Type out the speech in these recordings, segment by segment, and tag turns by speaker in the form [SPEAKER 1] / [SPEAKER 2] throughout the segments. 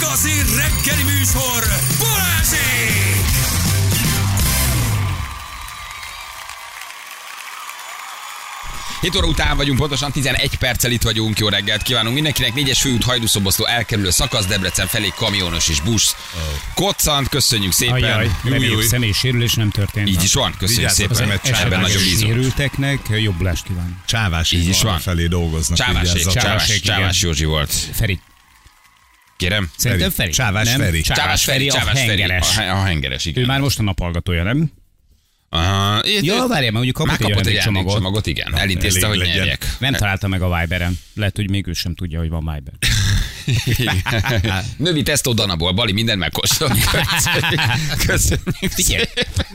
[SPEAKER 1] Balázsér reggeli műsor Balázsék! Hét óra után vagyunk, pontosan 11 perccel itt vagyunk. Jó reggelt kívánunk mindenkinek. Négyes főút hajdúszoboszló elkerülő szakasz, Debrecen felé kamionos és busz. Koccant, köszönjük szépen.
[SPEAKER 2] Ajaj,
[SPEAKER 1] Júj,
[SPEAKER 2] reméljük
[SPEAKER 1] júj.
[SPEAKER 2] személysérülés nem történt.
[SPEAKER 1] Így is van, köszönjük
[SPEAKER 3] Vigyázzatok a
[SPEAKER 1] szépen.
[SPEAKER 3] meccsre.
[SPEAKER 1] Ebben nagyon bízunk.
[SPEAKER 2] sérülteknek jobbulást kíván.
[SPEAKER 3] Csávás
[SPEAKER 1] Így is van.
[SPEAKER 3] felé dolgoznak.
[SPEAKER 1] Csávásék,
[SPEAKER 3] vigyázzatok.
[SPEAKER 1] Csávás,
[SPEAKER 2] Csávásék, igen.
[SPEAKER 1] Csávás Józsi volt.
[SPEAKER 2] Feri.
[SPEAKER 1] Kérem.
[SPEAKER 2] Szerintem
[SPEAKER 3] Feri.
[SPEAKER 2] Feri.
[SPEAKER 3] Csávás
[SPEAKER 2] nem?
[SPEAKER 3] Feri.
[SPEAKER 2] Csávás, Feri, a hengeres.
[SPEAKER 1] A, he- a hengeres, igen.
[SPEAKER 2] Ő már hát most a napalgatója, nem?
[SPEAKER 1] Aha, én-
[SPEAKER 2] Jó, várjál, mert ugye kapott
[SPEAKER 1] Már kapott
[SPEAKER 2] egy
[SPEAKER 1] egy
[SPEAKER 2] ajándékcsomagot.
[SPEAKER 1] csomagot. csomagot, igen. Elintézte,
[SPEAKER 3] elég
[SPEAKER 1] hogy
[SPEAKER 3] legyen.
[SPEAKER 1] nyerjek.
[SPEAKER 2] Nem találta meg a Viberen. Lehet, hogy még ő sem tudja, hogy van Viber.
[SPEAKER 1] Növi tesztó Danaból, Bali minden megkóstol. Köszönjük.
[SPEAKER 2] Figyelj.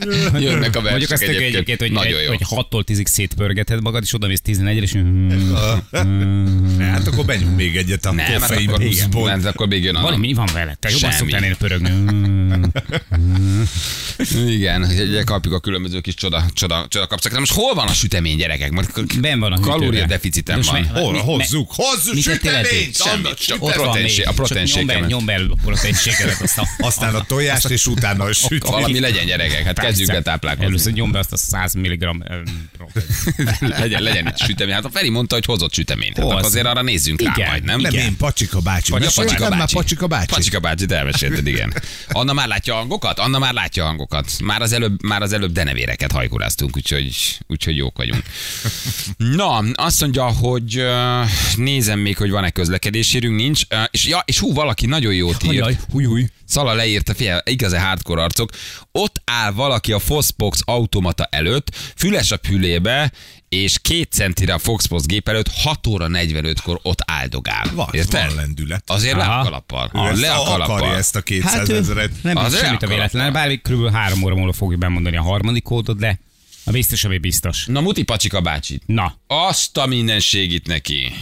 [SPEAKER 1] szépen. Jönnek a
[SPEAKER 2] Mondjuk azt
[SPEAKER 1] versek
[SPEAKER 2] tök egyébként,
[SPEAKER 1] egyébként.
[SPEAKER 2] hogy,
[SPEAKER 1] Nagyon
[SPEAKER 2] egy,
[SPEAKER 1] jó.
[SPEAKER 2] hogy 6-tól 10-ig szétpörgeted magad, és oda mész 11-re, és... Hmm,
[SPEAKER 3] Hát akkor benyom még egyet a
[SPEAKER 1] Nem, hát
[SPEAKER 3] koffein
[SPEAKER 1] akkor, igen,
[SPEAKER 3] pluszból.
[SPEAKER 1] hát akkor még jön a
[SPEAKER 2] Valami van vele, te jobban
[SPEAKER 1] Semmi.
[SPEAKER 2] szoktál én pörögni. Hmm.
[SPEAKER 1] Igen, ugye kapjuk a különböző kis csoda, csoda, csoda kapszakat. Most hol van a sütemény, gyerekek? Mert
[SPEAKER 2] Ben van a hűtőben.
[SPEAKER 1] Kalóriadeficitem
[SPEAKER 2] Most
[SPEAKER 1] van.
[SPEAKER 2] me-
[SPEAKER 3] Hol,
[SPEAKER 2] mi-
[SPEAKER 3] hozzuk, hozzuk
[SPEAKER 2] Mit tettél eddig?
[SPEAKER 3] süteményt!
[SPEAKER 1] Semmit,
[SPEAKER 3] Anna,
[SPEAKER 1] csak
[SPEAKER 2] Ott van
[SPEAKER 1] proteinsé- a
[SPEAKER 2] még. Csak nyomd be-
[SPEAKER 1] proteinségemet.
[SPEAKER 2] Nyomd be a proteinségemet. azt a-
[SPEAKER 3] Aztán a tojást, és utána a süteményt.
[SPEAKER 1] Valami legyen gyerekek, hát kezdjük el
[SPEAKER 2] Persze.
[SPEAKER 1] táplálkozni.
[SPEAKER 2] Először nyomd be azt a 100 mg öm, protein.
[SPEAKER 1] legyen, legyen itt sütemény. Hát a Feri mondta, hogy hozott süteményt. Hát
[SPEAKER 2] Hoz.
[SPEAKER 1] akkor azért arra nézzünk rá
[SPEAKER 2] Igen,
[SPEAKER 1] majd, nem?
[SPEAKER 3] Nem én, Pacsika bácsi.
[SPEAKER 1] Vagy a
[SPEAKER 3] Meséltem
[SPEAKER 1] Pacsika
[SPEAKER 3] már
[SPEAKER 1] bácsi.
[SPEAKER 3] Pacsika bácsi.
[SPEAKER 1] Pacsika bácsit elmesélted, igen. Anna már látja a hangokat? Anna már látja a hangokat. Már az előbb, már az előbb denevéreket hajkuráztunk, úgyhogy, úgyhogy jók vagyunk. Na, azt mondja, hogy ö, nézem még, hogy van-e közlekedésérünk, nincs. Ö, és, ja, és hú, valaki nagyon jót írt.
[SPEAKER 2] Ajaj, húj, húj.
[SPEAKER 1] Szala leírta, figyelj, igaz hardcore arcok. Ott áll valaki a Foxbox automata előtt, füles a pülébe, és két centire a Foxbox gép előtt 6 óra 45-kor ott áldogál.
[SPEAKER 3] Van,
[SPEAKER 1] Érted?
[SPEAKER 3] van lendület.
[SPEAKER 1] Azért le a
[SPEAKER 2] Aha.
[SPEAKER 1] kalappal.
[SPEAKER 3] Ő ezt
[SPEAKER 1] Le a
[SPEAKER 3] akarja
[SPEAKER 1] kalappal.
[SPEAKER 3] ezt a
[SPEAKER 2] Hát
[SPEAKER 3] 200
[SPEAKER 2] ő
[SPEAKER 3] ezeret.
[SPEAKER 2] nem
[SPEAKER 1] Az
[SPEAKER 2] az semmit a
[SPEAKER 1] elkalap.
[SPEAKER 2] véletlen, bár még kb. három óra múlva fogjuk bemondani a harmadik kódot, de a biztos, ami biztos.
[SPEAKER 1] Na, Muti Pacsika bácsit.
[SPEAKER 2] Na,
[SPEAKER 1] Azt a mindenségit neki.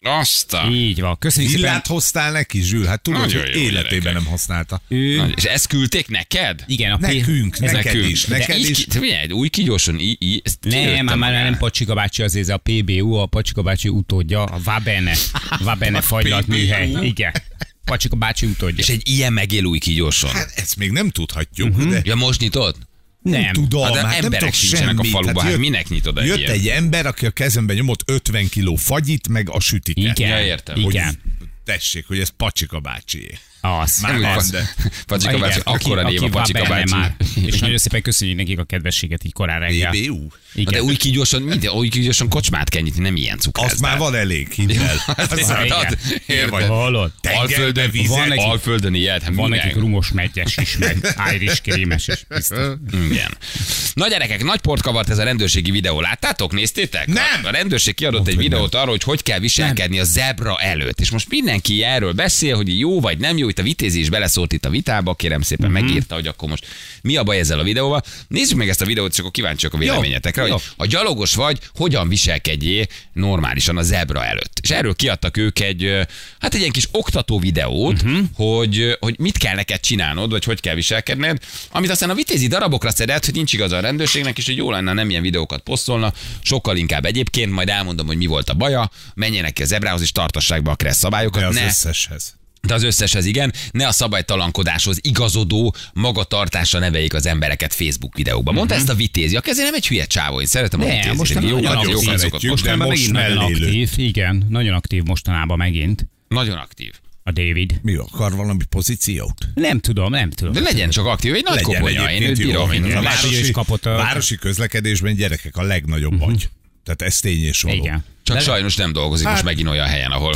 [SPEAKER 1] Azt a...
[SPEAKER 2] így van. Köszönjük szépen.
[SPEAKER 3] Villát hoztál neki, Zsül? Hát tudod,
[SPEAKER 1] Nagyon
[SPEAKER 3] hogy
[SPEAKER 1] jó
[SPEAKER 3] életében
[SPEAKER 1] gyerekek.
[SPEAKER 3] nem használta.
[SPEAKER 2] Ő,
[SPEAKER 1] Nagy- És ezt küldték neked?
[SPEAKER 2] igen, a P-
[SPEAKER 3] Nekünk,
[SPEAKER 2] ez
[SPEAKER 3] neked
[SPEAKER 1] Nekünk.
[SPEAKER 3] is,
[SPEAKER 1] De
[SPEAKER 3] neked
[SPEAKER 1] így
[SPEAKER 3] is.
[SPEAKER 1] ki- te figyelj, új kigyorsan, í, í, ezt
[SPEAKER 2] Nem,
[SPEAKER 1] kilőttem
[SPEAKER 2] már, már
[SPEAKER 1] magára.
[SPEAKER 2] nem Pacsika bácsi, az ez a PBU, a Pacsika bácsi utódja, a Vabene, Vabene fagylatműhely. Igen. Pacsika bácsi utódja.
[SPEAKER 1] És egy ilyen megél új kigyorsan.
[SPEAKER 3] Hát ezt még nem tudhatjuk,
[SPEAKER 2] Mhm.
[SPEAKER 3] de
[SPEAKER 1] Ja, most nyitod?
[SPEAKER 2] nem.
[SPEAKER 3] tudom,
[SPEAKER 1] Hát de
[SPEAKER 3] hát nem
[SPEAKER 1] emberek
[SPEAKER 3] tudok
[SPEAKER 1] sincsenek a
[SPEAKER 3] semmit.
[SPEAKER 1] faluban, hát minek nyitod egy
[SPEAKER 3] Jött
[SPEAKER 1] ilyen?
[SPEAKER 3] egy ember, aki a kezembe nyomott 50 kiló fagyit, meg a sütiket.
[SPEAKER 2] Igen,
[SPEAKER 1] Ja, értem.
[SPEAKER 3] Hogy
[SPEAKER 2] igen.
[SPEAKER 3] tessék, hogy ez Pacsika bácsié.
[SPEAKER 2] Az.
[SPEAKER 3] Már
[SPEAKER 1] Úgy
[SPEAKER 3] az,
[SPEAKER 1] van.
[SPEAKER 3] de
[SPEAKER 1] Pacsika bácsi, akkora név a Pacsika bácsi.
[SPEAKER 2] És nagyon szépen köszönjük nekik a kedvességet így korán reggel.
[SPEAKER 3] BBU.
[SPEAKER 1] Na,
[SPEAKER 2] Igen.
[SPEAKER 1] de új kigyorsan, minden, új kigyorsan kocsmát kell nyitni, nem ilyen cukrász.
[SPEAKER 3] Azt már van elég hinnel. Azt
[SPEAKER 1] Hát,
[SPEAKER 2] Igen.
[SPEAKER 1] hát, érted?
[SPEAKER 3] Vagy
[SPEAKER 2] Hallod?
[SPEAKER 1] Alföldön,
[SPEAKER 3] Tengerbe
[SPEAKER 1] van
[SPEAKER 3] vizet.
[SPEAKER 1] egy,
[SPEAKER 2] nekik-
[SPEAKER 1] Alföldön ilyet, hát
[SPEAKER 2] Van
[SPEAKER 1] minek?
[SPEAKER 2] nekik rumos megyes is, meg Irish krémes is. biztos.
[SPEAKER 1] Igen. Na gyerekek, nagy port kavart ez a rendőrségi videó. Láttátok? Néztétek?
[SPEAKER 3] Nem!
[SPEAKER 1] A rendőrség kiadott egy videót arról, hogy hogy kell viselkedni a zebra előtt. És most mindenki erről beszél, hogy jó vagy nem jó. Itt a vitézi is beleszólt itt a vitába. Kérem szépen megírta, hogy akkor most mi a baj ezzel a videóval. Nézzük meg ezt a videót, és akkor kíváncsiak a véleményetekre,
[SPEAKER 2] Jó.
[SPEAKER 1] hogy ha gyalogos vagy, hogyan viselkedjél normálisan a zebra előtt. És erről kiadtak ők egy, ö, hát egy ilyen kis oktató videót,
[SPEAKER 3] Mhm.
[SPEAKER 1] uh-huh. hogy, ö, hogy mit kell neked csinálnod, vagy hogy kell viselkedned, amit aztán a vitézi darabokra szedett, hogy nincs igaza a rendőrségnek, és hogy jó lenne, ha nem ilyen videókat posztolna, sokkal inkább egyébként, majd elmondom, hogy mi volt a baja, menjenek ki a zebrához, és tartassák be a kressz szabályokat.
[SPEAKER 3] De az
[SPEAKER 1] ne
[SPEAKER 3] összeshez.
[SPEAKER 1] de az összeshez igen, ne a szabálytalankodáshoz igazodó magatartásra neveljék az embereket Facebook videókban. Mondta ezt a vitézi, aki ezért nem egy hülye csávó, én szeretem a
[SPEAKER 2] Nem,
[SPEAKER 1] vitézit.
[SPEAKER 2] Mhm. most
[SPEAKER 1] Én
[SPEAKER 2] nagyon aktív
[SPEAKER 1] jókat
[SPEAKER 3] szeretjük,
[SPEAKER 1] szokott.
[SPEAKER 3] de
[SPEAKER 2] Mostanában
[SPEAKER 3] most
[SPEAKER 2] megint nagyon
[SPEAKER 3] mellélő.
[SPEAKER 2] aktív, igen, nagyon aktív mostanában megint
[SPEAKER 1] Nagyon aktív.
[SPEAKER 2] a David.
[SPEAKER 3] Mi akar valami pozíciót?
[SPEAKER 2] Nem tudom, nem tudom.
[SPEAKER 1] De legyen csak aktív, egy nagy koponya, én őt
[SPEAKER 3] egyébként jó,
[SPEAKER 1] bírom. Én
[SPEAKER 3] igen. A
[SPEAKER 1] nem-
[SPEAKER 2] Lehet, hogy ő is
[SPEAKER 3] városi,
[SPEAKER 2] kapott a-
[SPEAKER 3] városi közlekedésben gyerekek a legnagyobb agy. Tehát ez tény és való.
[SPEAKER 2] Igen.
[SPEAKER 1] Csak sajnos nem dolgozik
[SPEAKER 2] Hát-
[SPEAKER 1] most megint olyan helyen, ahol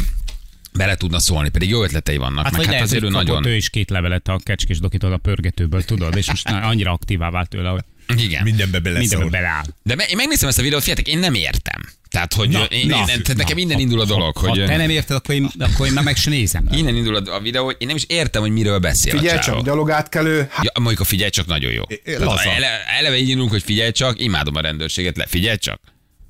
[SPEAKER 1] bele tudna szólni, pedig jó ötletei vannak. meg
[SPEAKER 2] Hát, vagy
[SPEAKER 1] hát
[SPEAKER 2] lehet,
[SPEAKER 1] azért ő
[SPEAKER 2] hogy kapott
[SPEAKER 1] nagyon...
[SPEAKER 2] ő is két levelet a kecskés dokitól a pörgetőből, tudod, és most már annyira aktívá vált tőle, hogy
[SPEAKER 3] Mindenbe
[SPEAKER 1] Igen.
[SPEAKER 2] mindenbe
[SPEAKER 3] beleszól.
[SPEAKER 2] beleáll.
[SPEAKER 1] De me- én megnézem ezt a videót, fiatek, én nem értem. Tehát, hogy
[SPEAKER 3] Na,
[SPEAKER 1] én- én,
[SPEAKER 3] na,
[SPEAKER 1] nem- tehát nekem
[SPEAKER 2] na.
[SPEAKER 1] innen indul a dolog,
[SPEAKER 2] Ha
[SPEAKER 1] hogy...
[SPEAKER 2] te nem érted, akkor én, akkor én már meg sem nézem.
[SPEAKER 1] Innen indul a a videó, hogy én nem is értem, hogy miről beszél
[SPEAKER 4] Figyelj
[SPEAKER 1] a csávó.
[SPEAKER 4] csak, gyalogátkelő, hát
[SPEAKER 1] Ja, mondjuk a figyelj csak nagyon jó.
[SPEAKER 3] é,
[SPEAKER 1] Tehát
[SPEAKER 3] laza.
[SPEAKER 1] Ele, eleve így indulunk, hogy figyelj csak, imádom a rendőrséget, le, figyelj csak.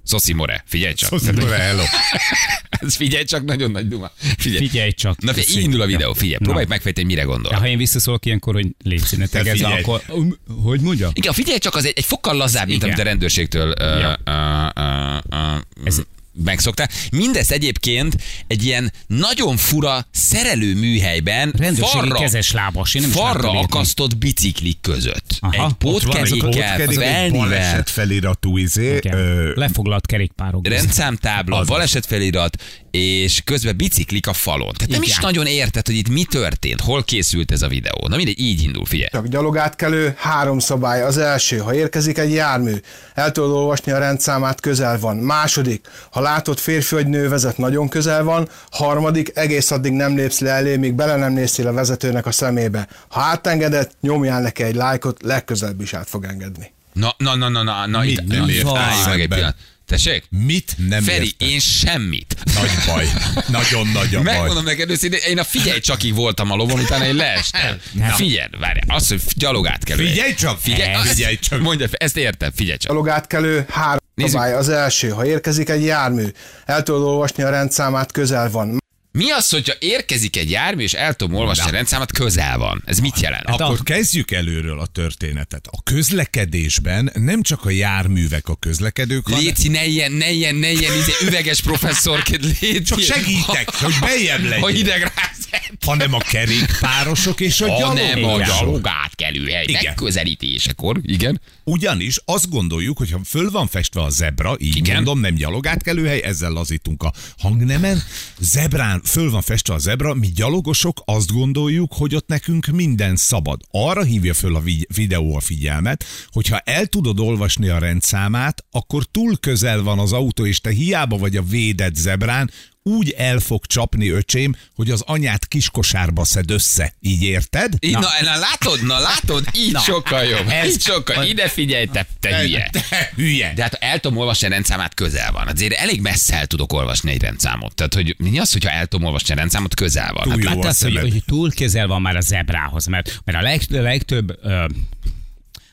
[SPEAKER 1] Szoszi More, figyelj csak.
[SPEAKER 3] Szóval szóval hello.
[SPEAKER 1] Ez figyelj csak, nagyon nagy duma. Figyelj.
[SPEAKER 2] Figyelj csak.
[SPEAKER 1] Na figyelj, így indul a videó, figyelj,
[SPEAKER 2] Na.
[SPEAKER 1] próbálj megfejteni, mire gondol.
[SPEAKER 2] Ja, ha én visszaszólok ilyenkor, hogy légy színe tegezve,
[SPEAKER 3] figyelj.
[SPEAKER 2] akkor... Um, Hogy mondja?
[SPEAKER 1] Igen, figyelj csak, az egy, egy fokkal lazább, mint
[SPEAKER 2] Igen.
[SPEAKER 1] amit a rendőrségtől ö,
[SPEAKER 2] Ja.
[SPEAKER 1] ö, ö, ö,
[SPEAKER 2] Ez
[SPEAKER 1] megszoktál. Mindez egyébként egy ilyen nagyon fura szerelő műhelyben
[SPEAKER 2] Rendőrségi
[SPEAKER 1] farra,
[SPEAKER 2] kezes lábas, én nem is
[SPEAKER 1] farra
[SPEAKER 2] láttam ilyet.
[SPEAKER 1] akasztott biciklik között.
[SPEAKER 2] Aha,
[SPEAKER 1] egy
[SPEAKER 2] ott van
[SPEAKER 1] pótkezik kell, az
[SPEAKER 3] egy
[SPEAKER 1] elnivel,
[SPEAKER 3] baleset feliratú izé,
[SPEAKER 2] Igen.
[SPEAKER 3] ö,
[SPEAKER 2] Lefoglalt kerékpárok.
[SPEAKER 1] rendszámtábla,
[SPEAKER 3] Az.
[SPEAKER 1] balesetfelirat, és közben biciklik a falon. Tehát nem
[SPEAKER 2] Igen.
[SPEAKER 1] is nagyon érted, hogy itt mi történt, hol készült ez a videó. Na mindegy, így indul, figyelj.
[SPEAKER 4] Csak gyalogátkelő, három szabály. Az első, ha érkezik egy jármű, el tudod olvasni a rendszámát, közel van. Második, ha látod férfi vagy nő vezet, nagyon közel van. Harmadik, egész addig nem lépsz le elé, míg bele nem néztél a vezetőnek a szemébe. Ha átengedett, nyomjál neki egy lájkot, legközelebb is át fog engedni.
[SPEAKER 1] Na, na, na, na, na, na,
[SPEAKER 3] Mit
[SPEAKER 1] itt,
[SPEAKER 3] nem
[SPEAKER 1] na,
[SPEAKER 3] értesz
[SPEAKER 1] álljunk meg egy
[SPEAKER 3] ebben?
[SPEAKER 1] pillanat. Tessék?
[SPEAKER 3] Mit nem
[SPEAKER 1] Feri,
[SPEAKER 3] értek?
[SPEAKER 1] én semmit.
[SPEAKER 3] Nagy baj. Nagyon nagy a baj.
[SPEAKER 1] Megmondom neked őszintén, én a figyelj csakig voltam a lovon, utána én leestem. Na. Figyelj, várj, azt, hogy gyalog átkelő.
[SPEAKER 3] Figyelj csak!
[SPEAKER 1] Figyelj,
[SPEAKER 3] Ez.
[SPEAKER 1] azt-
[SPEAKER 3] Figyelj csak!
[SPEAKER 1] Mondja, ezt értem, figyelj csak.
[SPEAKER 4] Gyalogátkelő, három
[SPEAKER 1] Nézzük.
[SPEAKER 4] szabály. Az első, ha érkezik egy jármű, el tudod olvasni a rendszámát, közel van.
[SPEAKER 1] Mi az, hogyha érkezik egy jármű, és el tudom olvasni a rendszámat, közel van. Ez mit jelent?
[SPEAKER 2] Hát
[SPEAKER 1] Akkor
[SPEAKER 3] Akkor kezdjük előről a történetet. A közlekedésben nem csak a járművek a közlekedők, hanem
[SPEAKER 1] Léci, ne ilyen, ne ilyen, ne ilyen, izé, üveges professzorként légy.
[SPEAKER 3] Csak segítek, hogy beljebb legyél.
[SPEAKER 1] Ha hideg rász.
[SPEAKER 3] hanem a kerékpárosok és a
[SPEAKER 1] Ha nem a
[SPEAKER 3] gyalogosok.
[SPEAKER 1] gyalog átkelő hely
[SPEAKER 3] Igen.
[SPEAKER 1] megközelítésekor, igen.
[SPEAKER 3] Ugyanis azt gondoljuk, hogy ha föl van festve a zebra, így
[SPEAKER 1] Igen.
[SPEAKER 3] Igen. mondom, nem gyalogátkelőhely, ezzel lazítunk a hangnemen, zebrán föl van festve a zebra, mi gyalogosok azt gondoljuk, hogy ott nekünk minden szabad. Arra hívja föl a vi- videó a figyelmet, hogyha el tudod olvasni a rendszámát, akkor túl közel van az autó, és te hiába vagy a védett zebrán, úgy el fog csapni öcsém, hogy az anyát kiskosárba szed össze. Így érted?
[SPEAKER 1] Így, na. na, látod, na látod, így na. sokkal jobb. Ez így sokkal, ide figyelj, te, te hülye.
[SPEAKER 3] Te hülye!
[SPEAKER 1] De hát ha el tudom olvasni a rendszámát, közel van. Azért elég messze el tudok olvasni egy rendszámot. Tehát, hogy mi az, hogyha el tudom olvasni a rendszámot, közel van. Hát,
[SPEAKER 3] Túl jó
[SPEAKER 2] Hát
[SPEAKER 3] a
[SPEAKER 2] az, hogy,
[SPEAKER 3] szemed.
[SPEAKER 2] hogy túl közel van már a zebrához, mert, mert a leg, a legtöbb ö,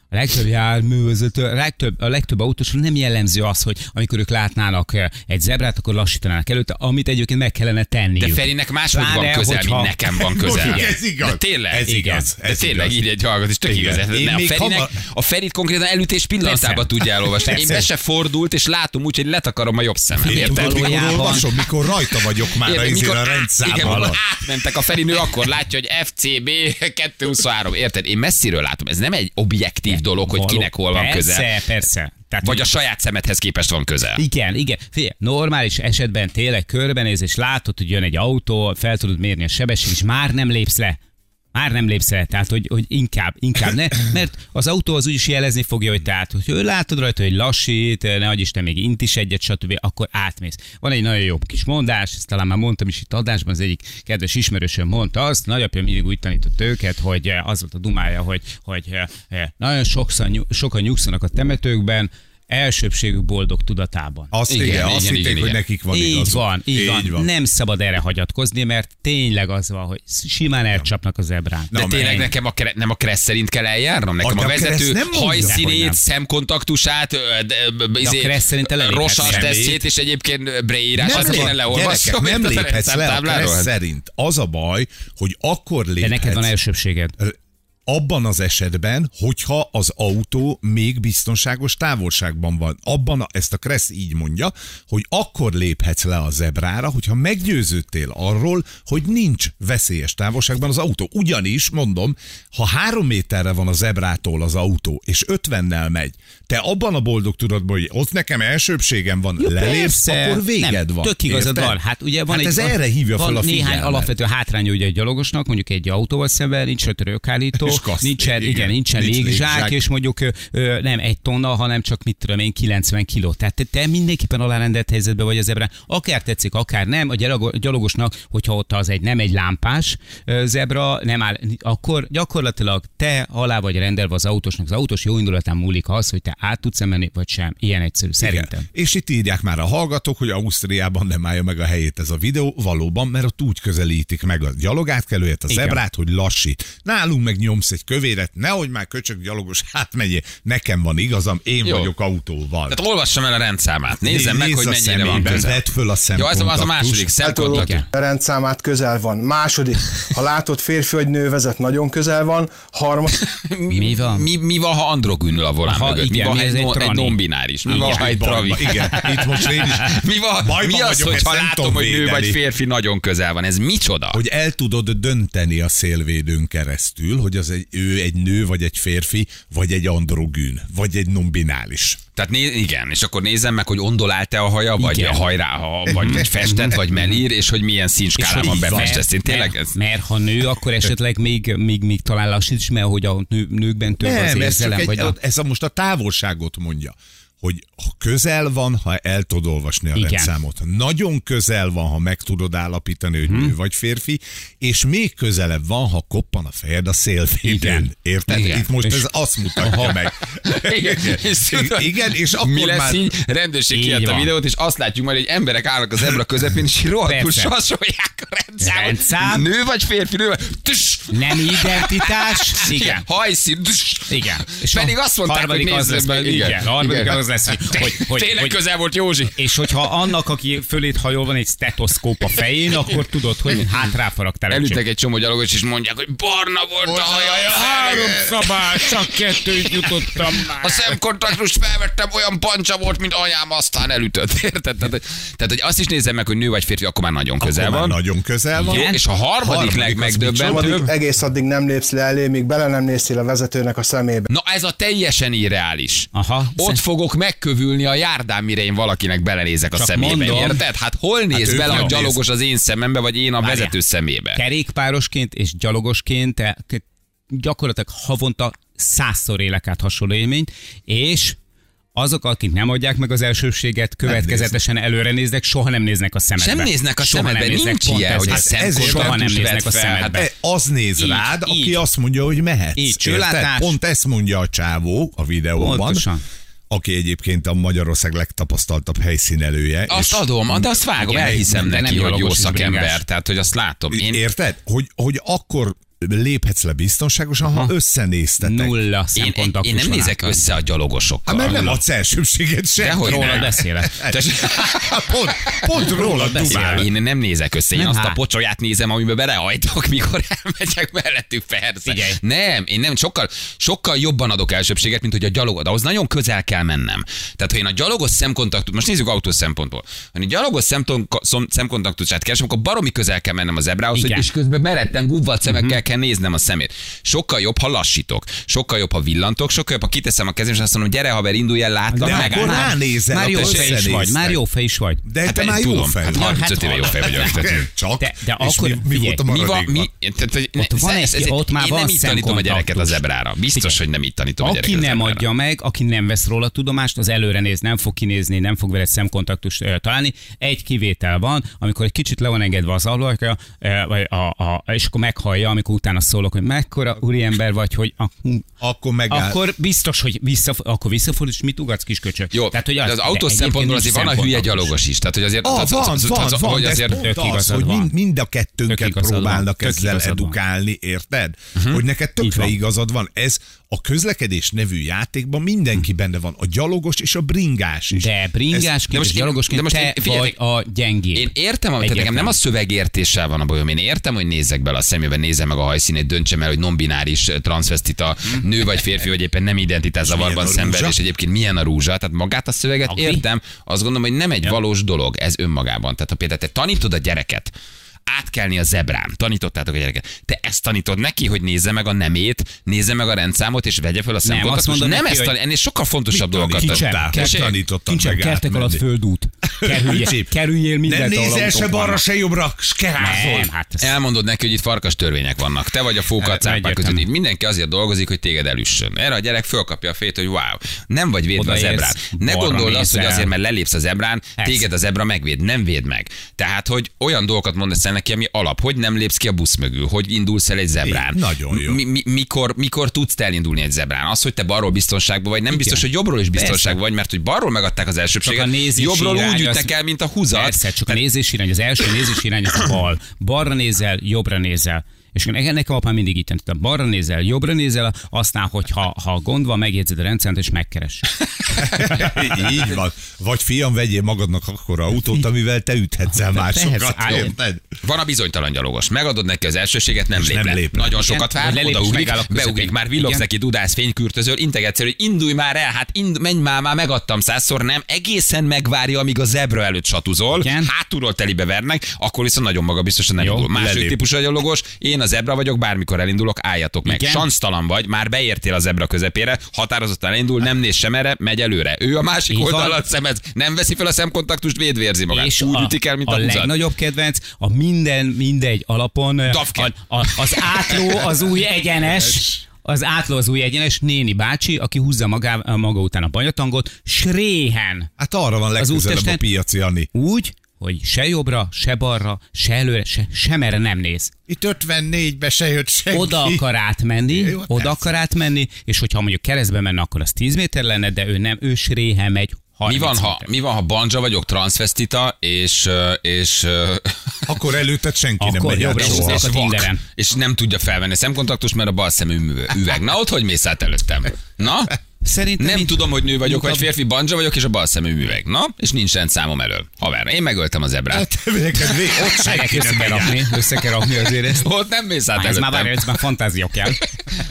[SPEAKER 2] a legtöbb járművezető, a legtöbb, a legtöbb autós nem jellemző az, hogy amikor ők látnának ö, egy zebrát, akkor lassítanának előtte, amit egyébként meg kellene tenni.
[SPEAKER 1] de Ferinek máshogy
[SPEAKER 2] Pláne,
[SPEAKER 1] van közel,
[SPEAKER 2] hogyha-
[SPEAKER 1] mint nekem van közel.
[SPEAKER 3] Most ez igaz.
[SPEAKER 1] De tényleg,
[SPEAKER 3] Ez
[SPEAKER 1] igen.
[SPEAKER 3] igaz,
[SPEAKER 1] De
[SPEAKER 3] ez
[SPEAKER 1] tényleg
[SPEAKER 3] igaz.
[SPEAKER 1] így egy hallgat, és tök
[SPEAKER 3] Igen.
[SPEAKER 1] igaz.
[SPEAKER 3] Én
[SPEAKER 1] Ne, a,
[SPEAKER 3] még
[SPEAKER 1] Ferinek,
[SPEAKER 3] hamar-
[SPEAKER 1] a Ferit konkrétan elütés pillanatában
[SPEAKER 2] Persze.
[SPEAKER 1] tudja elolvasni. Én
[SPEAKER 2] Persze.
[SPEAKER 1] be se fordult, és látom úgy, hogy letakarom a jobb szemem.
[SPEAKER 3] Én
[SPEAKER 1] Érted?
[SPEAKER 3] tudod, mikor
[SPEAKER 2] Valójában-
[SPEAKER 3] olvasom, mikor rajta vagyok már
[SPEAKER 1] Érted,
[SPEAKER 3] Érde, mikor, a
[SPEAKER 1] át-
[SPEAKER 3] rendszám
[SPEAKER 1] igen, mikor
[SPEAKER 3] alatt.
[SPEAKER 1] átmentek a Ferinő, akkor látja, hogy FCB 223. Érted? Én messziről látom. Ez nem egy objektív dolog, hogy
[SPEAKER 2] Való-
[SPEAKER 1] kinek hol van
[SPEAKER 2] persze,
[SPEAKER 1] közel.
[SPEAKER 2] Persze, persze. Tehát,
[SPEAKER 1] Vagy a saját szemedhez képest van közel.
[SPEAKER 2] Igen, igen. Figyelj, normális esetben tényleg körbenéz, és látod, hogy jön egy autó, fel tudod mérni a sebesség, és már nem lépsz le. Már nem lépsz le, tehát hogy, hogy inkább, inkább ne, mert az autó az úgyis jelezni fogja, hogy tehát, hogy ő látod rajta, hogy lassít, ne adj Isten még int is egyet, stb., akkor átmész. Van egy nagyon jó kis mondás, ezt talán már mondtam is itt adásban, az egyik kedves ismerősöm mondta azt, nagyapja mindig úgy tanított őket, hogy eh, az volt a dumája, hogy, hogy eh, eh, nagyon sokszor, nyug- sokan nyugszanak a temetőkben, elsőbségük boldog tudatában.
[SPEAKER 3] Azt igen, igen, azt igen, hitték, igen, hogy
[SPEAKER 1] igen.
[SPEAKER 3] nekik van
[SPEAKER 2] így
[SPEAKER 3] igazuk.
[SPEAKER 2] van, így, van.
[SPEAKER 3] van.
[SPEAKER 2] Nem szabad erre hagyatkozni, mert tényleg az van, hogy simán elcsapnak az ebrán.
[SPEAKER 1] De
[SPEAKER 3] Na,
[SPEAKER 1] tényleg
[SPEAKER 2] menj.
[SPEAKER 1] nekem a kre, nem a kressz szerint kell eljárnom? Nekem a,
[SPEAKER 3] Atya, a
[SPEAKER 1] vezető
[SPEAKER 3] Kressz nem mondja,
[SPEAKER 2] hogy nem.
[SPEAKER 1] hajszínét, szemkontaktusát, ö, de- b- b- izé,
[SPEAKER 2] Kressz szerint elég, hát
[SPEAKER 1] rosas
[SPEAKER 2] szemét.
[SPEAKER 1] tesztjét, és egyébként breírását
[SPEAKER 3] lép-
[SPEAKER 1] kéne
[SPEAKER 3] gyerekek,
[SPEAKER 1] leolvasnom.
[SPEAKER 3] nem
[SPEAKER 1] Érted?
[SPEAKER 3] léphetsz le a
[SPEAKER 1] Rendszámtábláról?
[SPEAKER 3] kereszt szerint. Az a baj, hogy akkor
[SPEAKER 2] De
[SPEAKER 3] léphetsz.
[SPEAKER 2] neked van elsőbséged.
[SPEAKER 3] abban az esetben, hogyha az autó még biztonságos távolságban van. Abban, a, ezt a Kressz így mondja, hogy akkor léphetsz le a zebrára, hogyha meggyőződtél arról, hogy nincs veszélyes távolságban az autó. Ugyanis, mondom, ha három méterre van a zebrától az autó, és ötvennel megy, te abban a boldog tudatban, hogy ott nekem elsőbségem van, Jó, lelépsz,
[SPEAKER 2] Persze.
[SPEAKER 3] akkor véged
[SPEAKER 2] nem,
[SPEAKER 3] van.
[SPEAKER 2] Tök igazad
[SPEAKER 3] Érted?
[SPEAKER 2] van. Hát ugye van
[SPEAKER 3] hát
[SPEAKER 2] egy,
[SPEAKER 3] ez erre hívja
[SPEAKER 2] van
[SPEAKER 3] fel a
[SPEAKER 2] néhány
[SPEAKER 3] figyelmet.
[SPEAKER 2] alapvető hátránya ugye egy gyalogosnak, mondjuk egy autóval szemben, nincs rögtörőkállító,
[SPEAKER 3] És kaszti,
[SPEAKER 2] nincsen, igen,
[SPEAKER 3] igen.
[SPEAKER 2] igen, nincsen
[SPEAKER 3] Nincs
[SPEAKER 2] légzsák,
[SPEAKER 3] légzsák.
[SPEAKER 2] és mondjuk ö, ö, nem egy tonna, hanem csak mit tudom én, 90 kiló. Tehát te, te mindenképpen alárendelt helyzetben vagy az ebrán. Akár tetszik, akár nem, a gyalogo- gyalogosnak, hogyha ott az egy nem egy lámpás ö, zebra, nem áll, akkor gyakorlatilag te alá vagy rendelve az autósnak. Az autós jó indulatán múlik az, hogy te át tudsz menni, vagy sem. Ilyen egyszerű, szerintem.
[SPEAKER 3] Igen. És itt írják már a hallgatók, hogy Ausztriában nem állja meg a helyét ez a videó, valóban, mert ott úgy közelítik meg a gyalogátkelőjét, a
[SPEAKER 2] Igen.
[SPEAKER 3] zebrát, hogy lassít. Nálunk meg nyomsz kapsz egy kövéret, nehogy már köcsög gyalogos átmegyél. Nekem van igazam, én
[SPEAKER 1] Jó.
[SPEAKER 3] Jó. vagyok autóval.
[SPEAKER 1] Tehát olvassam el a rendszámát. Nézzem meg,
[SPEAKER 3] Nézz
[SPEAKER 1] hogy
[SPEAKER 3] a
[SPEAKER 1] mennyire van
[SPEAKER 3] szemébe,
[SPEAKER 1] közel.
[SPEAKER 3] Vedd föl a
[SPEAKER 1] Jó, ez az a második
[SPEAKER 3] szemkontaktust.
[SPEAKER 4] Eltoló
[SPEAKER 1] szemkontaktus.
[SPEAKER 4] a rendszámát közel van. Második, ha látott férfi vagy nő vezet, nagyon közel van. Harmadik,
[SPEAKER 2] Mi van?
[SPEAKER 1] Mi, mi van, ha androgűnül a volán
[SPEAKER 2] Ha
[SPEAKER 1] mögött?
[SPEAKER 2] igen,
[SPEAKER 1] mi van,
[SPEAKER 2] mi
[SPEAKER 1] ha
[SPEAKER 2] ez
[SPEAKER 1] egy,
[SPEAKER 2] egy
[SPEAKER 1] no, egy
[SPEAKER 2] trani?
[SPEAKER 1] non-bináris? Mi van, ha
[SPEAKER 3] Egy
[SPEAKER 1] egy travi?
[SPEAKER 3] bajba. Igen, itt most én is.
[SPEAKER 1] Mi, van,
[SPEAKER 3] Bajban
[SPEAKER 1] mi az,
[SPEAKER 3] vagyok,
[SPEAKER 1] hogy
[SPEAKER 3] ezt
[SPEAKER 1] ha
[SPEAKER 3] nem
[SPEAKER 1] látom,
[SPEAKER 3] tudom
[SPEAKER 1] hogy nő
[SPEAKER 3] védeni.
[SPEAKER 1] vagy férfi nagyon közel van? Ez micsoda?
[SPEAKER 3] Hogy el tudod dönteni a szélvédőn keresztül, hogy az egy, ő egy nő, vagy egy férfi, vagy egy androgűn, vagy egy nombinális.
[SPEAKER 1] Tehát né, igen, és akkor nézem meg, hogy ondolált-e a haja, vagy
[SPEAKER 2] Igen.
[SPEAKER 1] hajrá, ha, vagy festett, vagy melír, és hogy milyen színskálán
[SPEAKER 2] És
[SPEAKER 1] van
[SPEAKER 2] hogy így van.
[SPEAKER 1] befestett. Én tényleg ez...
[SPEAKER 2] Mert, mert ha nő, akkor esetleg még, még, még talán lassíts, mert hogy a nő, nőkben több az
[SPEAKER 3] Nem, ez, csak
[SPEAKER 2] érzelem,
[SPEAKER 3] egy,
[SPEAKER 2] vagy a...
[SPEAKER 3] a... ez a most a távolságot mondja, hogy ha közel van, ha el tudod olvasni a
[SPEAKER 2] Igen.
[SPEAKER 3] rendszámot. Nagyon közel van, ha meg tudod állapítani, hogy hmm. nő vagy férfi, és még közelebb van, ha koppan a fejed a szélvédőn.
[SPEAKER 2] Igen.
[SPEAKER 3] Érted?
[SPEAKER 1] Igen.
[SPEAKER 3] Igen. Itt most
[SPEAKER 2] És-
[SPEAKER 3] és... ez azt mutatja meg.
[SPEAKER 1] Igen, és tudod,
[SPEAKER 3] Igen, és akkor
[SPEAKER 1] mi lesz
[SPEAKER 3] már...
[SPEAKER 1] így? Rendőrség
[SPEAKER 2] Így
[SPEAKER 1] kiadta a
[SPEAKER 2] van.
[SPEAKER 1] videót, és azt látjuk majd, hogy emberek állnak az ebra közepén, és rohadtul
[SPEAKER 2] Persze.
[SPEAKER 1] sasolják a rendszámot.
[SPEAKER 2] Rendszám.
[SPEAKER 1] Nő vagy férfi, nő vagy... Tüss!
[SPEAKER 2] Nem identitás?
[SPEAKER 1] Igen.
[SPEAKER 2] Igen.
[SPEAKER 1] Hajszín. tüss.
[SPEAKER 2] Igen.
[SPEAKER 1] És Pedig
[SPEAKER 2] a
[SPEAKER 1] azt mondták, hogy
[SPEAKER 2] harmadik az
[SPEAKER 1] nézzem
[SPEAKER 2] lesz,
[SPEAKER 1] meg.
[SPEAKER 2] igen. igen. A harmadik
[SPEAKER 1] Igen.
[SPEAKER 2] az lesz, hogy, hogy,
[SPEAKER 1] Tényleg
[SPEAKER 2] hogy,
[SPEAKER 1] közel volt Józsi.
[SPEAKER 2] és hogyha annak, aki fölét hajol, van egy stetoszkóp a fején, akkor tudod, hogy hátráfaragtál egy
[SPEAKER 1] Elütnek egy csomó gyalogos, és mondják, hogy barna volt a haja. Három
[SPEAKER 2] szabály, csak kettőt jutottam már.
[SPEAKER 1] a szemkontaktust felvettem, olyan pancsa volt, mint anyám, aztán elütött. Érted? Tehát, tehát, hogy azt is nézem meg, hogy nő vagy férfi, akkor már nagyon közel
[SPEAKER 3] Akkor már
[SPEAKER 1] van.
[SPEAKER 3] Nagyon közel van.
[SPEAKER 1] Jó,
[SPEAKER 2] Igen.
[SPEAKER 1] és a harmadik,
[SPEAKER 3] Harmadik az
[SPEAKER 1] legmegdöbbentőbb,
[SPEAKER 4] harmadik egész addig nem lépsz le elé, míg bele nem néztél a vezetőnek a szemébe.
[SPEAKER 1] Na ez a teljesen irreális.
[SPEAKER 2] Aha.
[SPEAKER 1] Ott fogok megkövülni a járdán, mire én valakinek belenézek a
[SPEAKER 2] Csak
[SPEAKER 1] szemébe,
[SPEAKER 2] mondom.
[SPEAKER 1] érted? Hát hol néz
[SPEAKER 3] ő
[SPEAKER 1] bele
[SPEAKER 3] nem
[SPEAKER 1] a
[SPEAKER 3] néz.
[SPEAKER 1] gyalogos az én szemembe, vagy én a
[SPEAKER 2] Várjál.
[SPEAKER 1] vezető szemébe?
[SPEAKER 2] Kerékpárosként és gyalogosként te- te gyakorlatilag havonta százszor élek át hasonló élményt, és azok, akik nem adják meg az elsőséget, következetesen előre néznek, soha nem néznek a szemedbe.
[SPEAKER 1] Sem néznek a
[SPEAKER 2] soha
[SPEAKER 1] szemedbe,
[SPEAKER 2] nem néznek,
[SPEAKER 1] nincs
[SPEAKER 2] pont
[SPEAKER 1] ilyen,
[SPEAKER 2] ez.
[SPEAKER 1] hogy a
[SPEAKER 2] Hát
[SPEAKER 1] szemkontaktust
[SPEAKER 2] Soha nem
[SPEAKER 1] vedd
[SPEAKER 2] néznek a
[SPEAKER 1] fel. Hát
[SPEAKER 2] szemedbe.
[SPEAKER 3] E, az néz
[SPEAKER 2] Így,
[SPEAKER 3] így, rád, aki
[SPEAKER 2] így.
[SPEAKER 3] azt mondja, hogy mehetsz.
[SPEAKER 2] Így, csőlátás.
[SPEAKER 3] érted? Pont ezt mondja a csávó a videóban.
[SPEAKER 2] Pontosan.
[SPEAKER 3] Aki egyébként a Magyarország legtapasztaltabb helyszínelője.
[SPEAKER 1] Azt adom, de azt vágom,
[SPEAKER 2] Igen,
[SPEAKER 1] elhiszem
[SPEAKER 2] de nem
[SPEAKER 1] neki, hogy jó
[SPEAKER 2] gyalogos és
[SPEAKER 1] szakember,
[SPEAKER 2] bringás.
[SPEAKER 1] tehát hogy azt látom.
[SPEAKER 3] Én...
[SPEAKER 1] Én,
[SPEAKER 3] Érted? Hogy, hogy akkor léphetsz le biztonságosan, ha összenéztetek.
[SPEAKER 2] Nulla
[SPEAKER 1] én, én,
[SPEAKER 2] szemkontaktus
[SPEAKER 1] én nem
[SPEAKER 2] van
[SPEAKER 1] nézek
[SPEAKER 2] által.
[SPEAKER 1] össze a gyalogosokkal.
[SPEAKER 3] Hát mert nem adsz elsőbséget sem. Hát
[SPEAKER 1] Dehogy
[SPEAKER 2] Róla
[SPEAKER 1] nem.
[SPEAKER 2] beszélek.
[SPEAKER 1] Te-
[SPEAKER 3] Pont, pont róla
[SPEAKER 1] Szia,
[SPEAKER 3] dumál.
[SPEAKER 1] én nem nézek össze, én
[SPEAKER 2] Nem,
[SPEAKER 1] azt a
[SPEAKER 2] hát.
[SPEAKER 1] pocsolyát nézem, amiben belehajtok, mikor elmegyek mellettük persze.
[SPEAKER 2] Figyelj.
[SPEAKER 1] Nem, én nem, sokkal, sokkal jobban adok elsőbséget, mint hogy a gyalogod. Ahhoz nagyon közel kell mennem. Tehát, ha én a gyalogos szemkontaktus, most nézzük autós szempontból. Ha én a gyalogos szemton, szom- szemkontaktusát keresem, akkor baromi közel kell mennem az ebrához, hogy,
[SPEAKER 2] Igen. Mhm.
[SPEAKER 1] és közben meretten gubbat szemekkel kell néznem a szemét. Sokkal jobb, ha lassítok. Sokkal jobb, ha villantok, sokkal jobb, ha kiteszem a kezem, és azt mondom, gyere haver, indulj el, látlak,
[SPEAKER 3] De
[SPEAKER 1] megáll.
[SPEAKER 3] akkor
[SPEAKER 1] Hát,
[SPEAKER 3] ránézel,
[SPEAKER 2] Már
[SPEAKER 3] a
[SPEAKER 2] jó
[SPEAKER 3] te
[SPEAKER 2] fej is vagy,
[SPEAKER 3] összenéztek.
[SPEAKER 2] már jó fej is vagy.
[SPEAKER 3] De te
[SPEAKER 1] én
[SPEAKER 3] már jó
[SPEAKER 1] tudom,
[SPEAKER 3] fej
[SPEAKER 1] hát
[SPEAKER 3] vagy.
[SPEAKER 1] 35 éve jó fej vagyok. tehát-
[SPEAKER 3] Csak,
[SPEAKER 2] De- de
[SPEAKER 3] és
[SPEAKER 2] akkor-
[SPEAKER 3] mi, mi
[SPEAKER 2] figyelj,
[SPEAKER 3] volt a
[SPEAKER 1] Mi van,
[SPEAKER 3] maradékban?
[SPEAKER 1] mi, tehát, hogy
[SPEAKER 2] Ott van
[SPEAKER 1] ez- ez-
[SPEAKER 2] egy-
[SPEAKER 1] ez-
[SPEAKER 2] ott már
[SPEAKER 1] én nem
[SPEAKER 2] van
[SPEAKER 1] így tanítom a
[SPEAKER 2] szemkontaktus.
[SPEAKER 1] gyereket az ebrára. Biztos,
[SPEAKER 2] Figyelj.
[SPEAKER 1] hogy nem így tanítom a
[SPEAKER 2] Aki
[SPEAKER 1] gyereket az
[SPEAKER 2] nem
[SPEAKER 1] ebrára.
[SPEAKER 2] adja meg, aki nem vesz róla tudomást, az előre néz, nem fog kinézni, nem fog veled szemkontaktust ö, találni. Egy kivétel van, amikor egy kicsit le van engedve az ablakja, ö, vagy a, a, és akkor meghallja, amikor utána szólok, hogy mekkora úriember vagy, hogy a,
[SPEAKER 3] Akkor megáll.
[SPEAKER 2] akkor biztos, hogy vissza, akkor visszafordul, és mit ugatsz kisköcsök?
[SPEAKER 1] Jó,
[SPEAKER 2] Tehát, hogy
[SPEAKER 1] de az autós
[SPEAKER 2] egyébként
[SPEAKER 1] szempontból
[SPEAKER 2] nincs
[SPEAKER 1] azért van a hülye
[SPEAKER 2] szemkontaktus.
[SPEAKER 1] gyalogos is. Tehát, hogy azért...
[SPEAKER 3] Ah,
[SPEAKER 1] az- az-
[SPEAKER 3] van,
[SPEAKER 1] az- az-
[SPEAKER 3] van,
[SPEAKER 1] az-
[SPEAKER 3] van,
[SPEAKER 1] hogy
[SPEAKER 3] de ez
[SPEAKER 1] azért-
[SPEAKER 3] pont
[SPEAKER 2] Tök
[SPEAKER 3] az,
[SPEAKER 2] igazad
[SPEAKER 3] hogy
[SPEAKER 2] van.
[SPEAKER 3] mind, mind a kettőnket
[SPEAKER 2] Tök igazad
[SPEAKER 3] próbálnak
[SPEAKER 2] van. Tök
[SPEAKER 3] ezzel
[SPEAKER 2] igazad van. Mhm.
[SPEAKER 3] edukálni, érted? Hogy neked tökre
[SPEAKER 2] van.
[SPEAKER 3] igazad van. Ez a közlekedés nevű játékban mindenki benne van. A gyalogos és a bringás is.
[SPEAKER 2] Mhm. De
[SPEAKER 1] De
[SPEAKER 2] bringásként,
[SPEAKER 1] most
[SPEAKER 2] és
[SPEAKER 1] én-
[SPEAKER 2] gyalogosként
[SPEAKER 1] de most én-
[SPEAKER 2] te
[SPEAKER 1] figyeljetek,
[SPEAKER 2] vagy a gyengébb.
[SPEAKER 1] Én értem, amit tehát nekem nem a szövegértéssel van a bajom. Én értem, hogy nézzek bele a szemébe, nézem meg a hajszínét, döntsem el, hogy non-bináris, eh, transzvestita, nő vagy férfi, vagy éppen nem identitás zavarban
[SPEAKER 3] milyen a
[SPEAKER 1] szenved,
[SPEAKER 3] rúzsa?
[SPEAKER 1] és egyébként milyen a rúzsa. Tehát magát a szöveget
[SPEAKER 2] Agri?
[SPEAKER 1] értem, azt gondolom, hogy nem egy valós dolog ez önmagában. Tehát ha például te tanítod a gyereket, átkelni a zebrán. Tanítottátok a gyereket. Te ezt tanítod neki, hogy nézze meg a nemét, nézze meg a rendszámot, és vegye fel a szemkontaktust.
[SPEAKER 2] azt mondom
[SPEAKER 1] nem
[SPEAKER 2] neki,
[SPEAKER 1] ezt
[SPEAKER 2] hogy-
[SPEAKER 1] tanít, ennél sokkal fontosabb dolgokat
[SPEAKER 3] tanít?
[SPEAKER 1] tanít.
[SPEAKER 2] Kicsen,
[SPEAKER 3] Tanítottál.
[SPEAKER 1] Tessék?
[SPEAKER 3] Tanítottam
[SPEAKER 2] Kincsen
[SPEAKER 3] meg
[SPEAKER 2] kertek alatt
[SPEAKER 3] átmenni.
[SPEAKER 2] földút. Kerüljél,
[SPEAKER 3] Kicsi.
[SPEAKER 2] kerüljél
[SPEAKER 3] Nem
[SPEAKER 2] mindent, ahol
[SPEAKER 3] nézel
[SPEAKER 2] autók
[SPEAKER 3] se
[SPEAKER 2] vannak.
[SPEAKER 3] balra, se jobbra, s
[SPEAKER 2] Nem,
[SPEAKER 3] kerázol.
[SPEAKER 2] hát ez... Hát,
[SPEAKER 1] Elmondod neki, hogy itt farkas törvények vannak. Te vagy a fókat cápák
[SPEAKER 2] Egyértelmű.
[SPEAKER 1] között. Itt mindenki azért dolgozik, hogy téged elüssön. Erre a gyerek fölkapja a fejét, hogy wow, nem vagy védve az
[SPEAKER 2] Odaérsz,
[SPEAKER 1] ebrán. Ne
[SPEAKER 2] balra
[SPEAKER 1] gondold azt,
[SPEAKER 2] nézel.
[SPEAKER 1] hogy azért, mert lelépsz az ebrán,
[SPEAKER 2] Ez.
[SPEAKER 1] téged az ebra megvéd. Nem véd meg. Tehát, hogy olyan dolgokat mondasz el neki, ami alap, hogy nem lépsz ki a busz mögül, hogy indulsz el egy zebrán.
[SPEAKER 3] Így, nagyon jó.
[SPEAKER 1] Mi, mi, mikor, mikor tudsz te elindulni egy zebrán? Az, hogy te balról biztonságban vagy, nem biztos, hogy jobbról is biztonságban vagy, mert hogy balról megadták az elsőbséget,
[SPEAKER 2] Csak a nézés
[SPEAKER 1] jobbról
[SPEAKER 2] irány
[SPEAKER 1] úgy
[SPEAKER 2] az-
[SPEAKER 1] ütnek el, mint a húzat.
[SPEAKER 2] Persze, csak a nézés irány, az első nézés irány az a bal. Balra nézel, jobbra nézel. És nekem, nekem apám mindig így tanított, balra nézel, jobbra nézel, aztán, hogyha ha gond van, megjegyzed a rendszert, és megkeres.
[SPEAKER 3] Így van. Vagy fiam, vegyél magadnak akkor autót, amivel te üthetsz el másokat.
[SPEAKER 2] Tehetsz, állj.
[SPEAKER 3] érted?
[SPEAKER 1] Van a bizonytalan gyalogos. Megadod neki az elsőséget, nem,
[SPEAKER 3] És
[SPEAKER 1] lép,
[SPEAKER 3] nem
[SPEAKER 1] le.
[SPEAKER 3] lép le.
[SPEAKER 1] Nagyon
[SPEAKER 2] Igen.
[SPEAKER 1] sokat
[SPEAKER 2] Vagy
[SPEAKER 1] vár,
[SPEAKER 2] lelép, és
[SPEAKER 1] odaugrik,
[SPEAKER 2] megáll a közepén.
[SPEAKER 1] beugrik, már villogsz
[SPEAKER 2] Igen.
[SPEAKER 1] neki, dudász, fénykürtözöl, integetsz egyszerű, hogy indulj már el, hát ind, menj már, már megadtam százszor, nem, egészen megvárja, amíg a zebra előtt satuzol,
[SPEAKER 2] Igen.
[SPEAKER 1] hátulról telibe vernek, akkor viszont nagyon magabiztosan nem
[SPEAKER 2] Jó,
[SPEAKER 1] indul. Második
[SPEAKER 3] lelép.
[SPEAKER 1] típusú a gyalogos, én a zebra vagyok, bármikor elindulok, álljatok meg.
[SPEAKER 2] Igen.
[SPEAKER 1] Sansztalan vagy, már beértél a zebra közepére, határozottan elindul, nem néz sem erre, megy előre. Ő a másik
[SPEAKER 2] Így van.
[SPEAKER 1] oldalat szemez, nem veszi fel a szemkontaktust, védvérzi magát.
[SPEAKER 2] És
[SPEAKER 1] Úgy
[SPEAKER 2] a,
[SPEAKER 1] ütik el, mint a,
[SPEAKER 2] a
[SPEAKER 1] húzat.
[SPEAKER 2] legnagyobb kedvenc, a minden, mindegy alapon ö,
[SPEAKER 1] Dafke.
[SPEAKER 2] a, a, az átló az új egyenes, az átló az új egyenes, néni bácsi, aki húzza magá, eh, maga után a banyatangot, sréhen.
[SPEAKER 3] Hát arra van legközelebb
[SPEAKER 2] úttesten-
[SPEAKER 3] a piaci, Ani.
[SPEAKER 2] Úgy, hogy se jobbra, se balra, se előre, se, sem erre nem néz.
[SPEAKER 3] Itt 54-be se jött senki.
[SPEAKER 2] Oda akar átmenni,
[SPEAKER 3] Jó,
[SPEAKER 2] oda
[SPEAKER 3] persze.
[SPEAKER 2] akar átmenni, és hogyha mondjuk keresztbe menne, akkor az 10 méter lenne, de ő nem, ő sréhen megy.
[SPEAKER 1] Mi
[SPEAKER 2] 30
[SPEAKER 1] van, ha,
[SPEAKER 2] méter.
[SPEAKER 1] mi van, ha banja vagyok, transvestita, és, ö, és, ö,
[SPEAKER 3] Akkor előtted senki
[SPEAKER 2] Akkor
[SPEAKER 3] nem megy át
[SPEAKER 2] jobbra húzza.
[SPEAKER 3] soha.
[SPEAKER 1] és,
[SPEAKER 2] a
[SPEAKER 1] vak,
[SPEAKER 2] Tinderen.
[SPEAKER 1] és nem tudja felvenni a szemkontaktust, mert a bal szemű üveg. Na, ott hogy mész át előttem? Na?
[SPEAKER 2] Szerintem
[SPEAKER 1] Nem
[SPEAKER 2] itt-
[SPEAKER 1] tudom, hogy nő vagyok,
[SPEAKER 2] inkább-
[SPEAKER 1] vagy férfi, banja vagyok, és a bal szemű műveg. Na, és nincs rendszámom elől. Haver, én megöltem az ebrát.
[SPEAKER 3] Hát te neked még ott
[SPEAKER 2] Várják,
[SPEAKER 3] senki
[SPEAKER 2] össze
[SPEAKER 3] nem
[SPEAKER 2] kell
[SPEAKER 3] megy át.
[SPEAKER 2] rakni, össze kell rakni azért ezt.
[SPEAKER 1] Ott nem mész át
[SPEAKER 2] Hát ez már várj,
[SPEAKER 1] előttem.
[SPEAKER 2] ez már fantázia kell.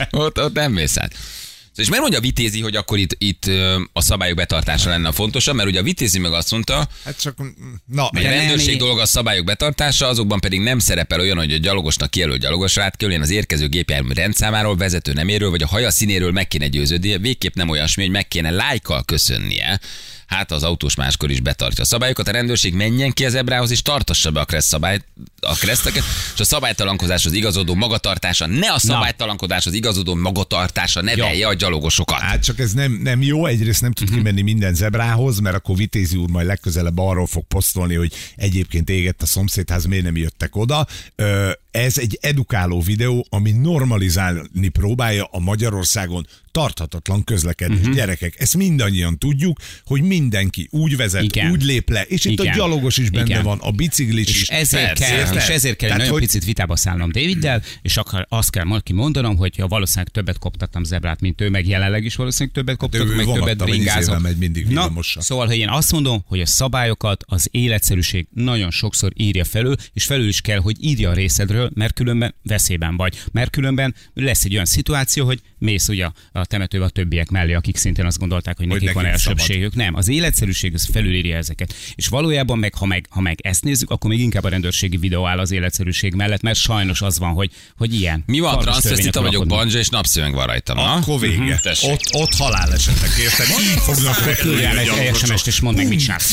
[SPEAKER 1] Ott, ott nem mész át. Szóval És miért mondja a vitézi, hogy akkor itt, itt ö, a szabályok betartása lenne a fontosabb, mert ugye a vitézi meg azt mondta,
[SPEAKER 3] Hát csak, na,
[SPEAKER 1] A
[SPEAKER 2] De nem
[SPEAKER 1] rendőrség
[SPEAKER 2] így.
[SPEAKER 1] dolga a szabályok betartása, azokban pedig nem szerepel olyan, hogy a gyalogosnak kijelölt gyalogos rátköljen az érkező gépjármű rendszámáról, vezető neméről vagy a haja színéről meg kéne győződnie, végképp nem olyasmi, hogy meg kéne lájkkal köszönnie. Hát az autós máskor is betartja a szabályokat, a rendőrség menjen ki az ebrához és tartassa be a kressz szabályt, a kreszteket, és a szabálytalankozáshoz igazodó magatartása, ne a szabálytalankodáshoz igazodó magatartása nevelje a gyalogosokat.
[SPEAKER 3] Hát csak ez nem, nem jó, egyrészt nem
[SPEAKER 2] Mhm.
[SPEAKER 3] tud kimenni minden zebrához, mert akkor Vitézi úr majd legközelebb arról fog posztolni, hogy egyébként égett a szomszédház, miért nem jöttek oda. Ö, Ez egy edukáló videó, ami normalizálni próbálja a Magyarországon tarthatatlan közlekedés.
[SPEAKER 2] Mhm.
[SPEAKER 3] Uh-huh. Gyerekek, ezt mindannyian tudjuk, hogy mindenki úgy vezet,
[SPEAKER 2] Igen.
[SPEAKER 3] Igen. úgy lép le, és itt Igen.
[SPEAKER 2] Igen.
[SPEAKER 3] a gyalogos is benne
[SPEAKER 2] Igen.
[SPEAKER 3] Igen. van, a biciklis
[SPEAKER 2] És
[SPEAKER 3] is.
[SPEAKER 2] ezért
[SPEAKER 3] Persze,
[SPEAKER 2] kell,
[SPEAKER 3] érted?
[SPEAKER 2] és ezért kell egy
[SPEAKER 3] Tehát,
[SPEAKER 2] nagyon
[SPEAKER 3] hogy
[SPEAKER 2] picit vitába szállnom Daviddel, és akar, azt kell majd kimondanom, hogy ja, valószínűleg többet koptattam zebrát, mint ő, meg jelenleg is valószínűleg többet koptatok,
[SPEAKER 3] ő
[SPEAKER 2] meg
[SPEAKER 3] vonatta,
[SPEAKER 2] többet
[SPEAKER 3] vagy
[SPEAKER 2] bringázom.
[SPEAKER 3] izével megy mindig
[SPEAKER 2] Na,
[SPEAKER 3] villamossal.
[SPEAKER 2] szóval, hogy én azt mondom, hogy a szabályokat az életszerűség nagyon sokszor írja felül, és felül is kell, hogy írja a részedről, mert különben veszélyben vagy. Mert különben lesz egy olyan szituáció, hogy mész ugye a temetőbe a többiek mellé, akik szintén azt gondolták, hogy
[SPEAKER 3] Hogy
[SPEAKER 2] nekik van
[SPEAKER 3] nekik szabad.
[SPEAKER 2] elsőbség ők nem. Az életszerűség az felülírja ezeket. És valójában meg ha, meg, ha meg ezt nézzük, akkor még inkább a rendőrségi videó áll az életszerűség mellett, mert sajnos az van, hogy, hogy ilyen.
[SPEAKER 1] Mi van,
[SPEAKER 2] Farkas
[SPEAKER 1] transvestita
[SPEAKER 2] törvények
[SPEAKER 1] vagyok,
[SPEAKER 2] uralkodnak.
[SPEAKER 1] banja és napszöveg van rajtam. na?
[SPEAKER 3] Akkor vége.
[SPEAKER 1] Mhm, tessék.
[SPEAKER 3] Ott, ott halálesetek, érted? Így fognak repülni
[SPEAKER 2] Küldj
[SPEAKER 3] a
[SPEAKER 2] el egy
[SPEAKER 3] gyalogosok.
[SPEAKER 2] SMS-t, és mondd meg, mit csinálsz.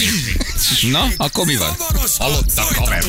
[SPEAKER 1] Na, akkor mi van?
[SPEAKER 5] Hallottak, haver!